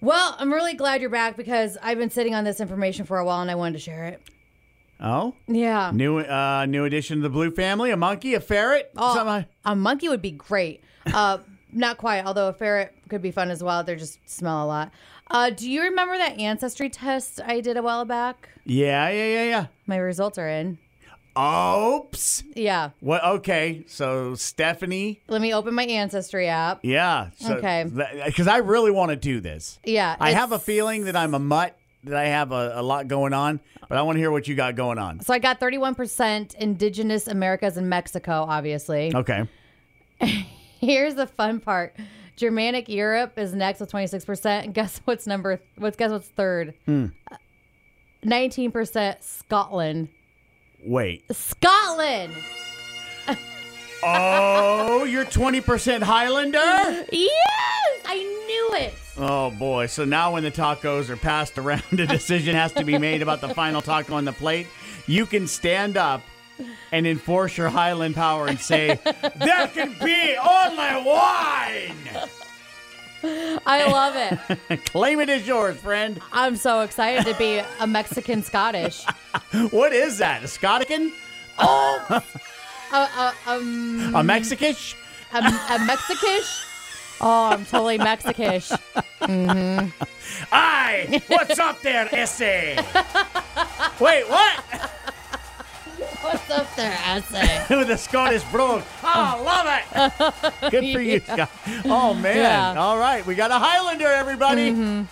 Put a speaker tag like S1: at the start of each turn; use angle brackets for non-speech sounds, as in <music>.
S1: Well, I'm really glad you're back because I've been sitting on this information for a while and I wanted to share it.
S2: Oh,
S1: Yeah.
S2: new uh, new addition to the blue family: a monkey, a ferret.
S1: Oh,
S2: something-
S1: a monkey would be great. Uh, <laughs> not quite, although a ferret could be fun as well. They just smell a lot. Uh, do you remember that ancestry test I did a while back?
S2: Yeah, yeah, yeah, yeah.
S1: My results are in.
S2: Oops.
S1: Yeah.
S2: What? Okay. So Stephanie.
S1: Let me open my ancestry app.
S2: Yeah. So,
S1: Okay.
S2: Because I really want to do this.
S1: Yeah.
S2: I have a
S1: it's-
S2: feeling that I'm a mutt. That I have a, a lot going on, but I want to hear what you got going on.
S1: So I got 31% indigenous Americas and Mexico, obviously.
S2: Okay.
S1: Here's the fun part. Germanic Europe is next with 26%. And guess what's number what's guess what's third? 19% Scotland. <laughs>
S2: Wait.
S1: Scotland.
S2: Oh, you're 20% Highlander?
S1: Yes, I knew it.
S2: Oh, boy. So now when the tacos are passed around, <laughs> a decision has to be made about the final taco on the plate. You can stand up and enforce your Highland power and say, There can be only wine!
S1: I love <laughs> it.
S2: Claim it as yours, friend.
S1: I'm so excited to be a Mexican Scottish.
S2: What is that? A Scottican? Oh,
S1: A, a, um,
S2: a Mexicish?
S1: a, a Mexicish? Oh, I'm totally Mexicish.
S2: Aye! What's up there, Essay? Wait, what?
S1: What's up there, essay?
S2: <laughs> with a Scottish brogue. Oh, <laughs> love it. Good for you, Scott. Oh, man.
S1: Yeah.
S2: All right. We got a Highlander, everybody.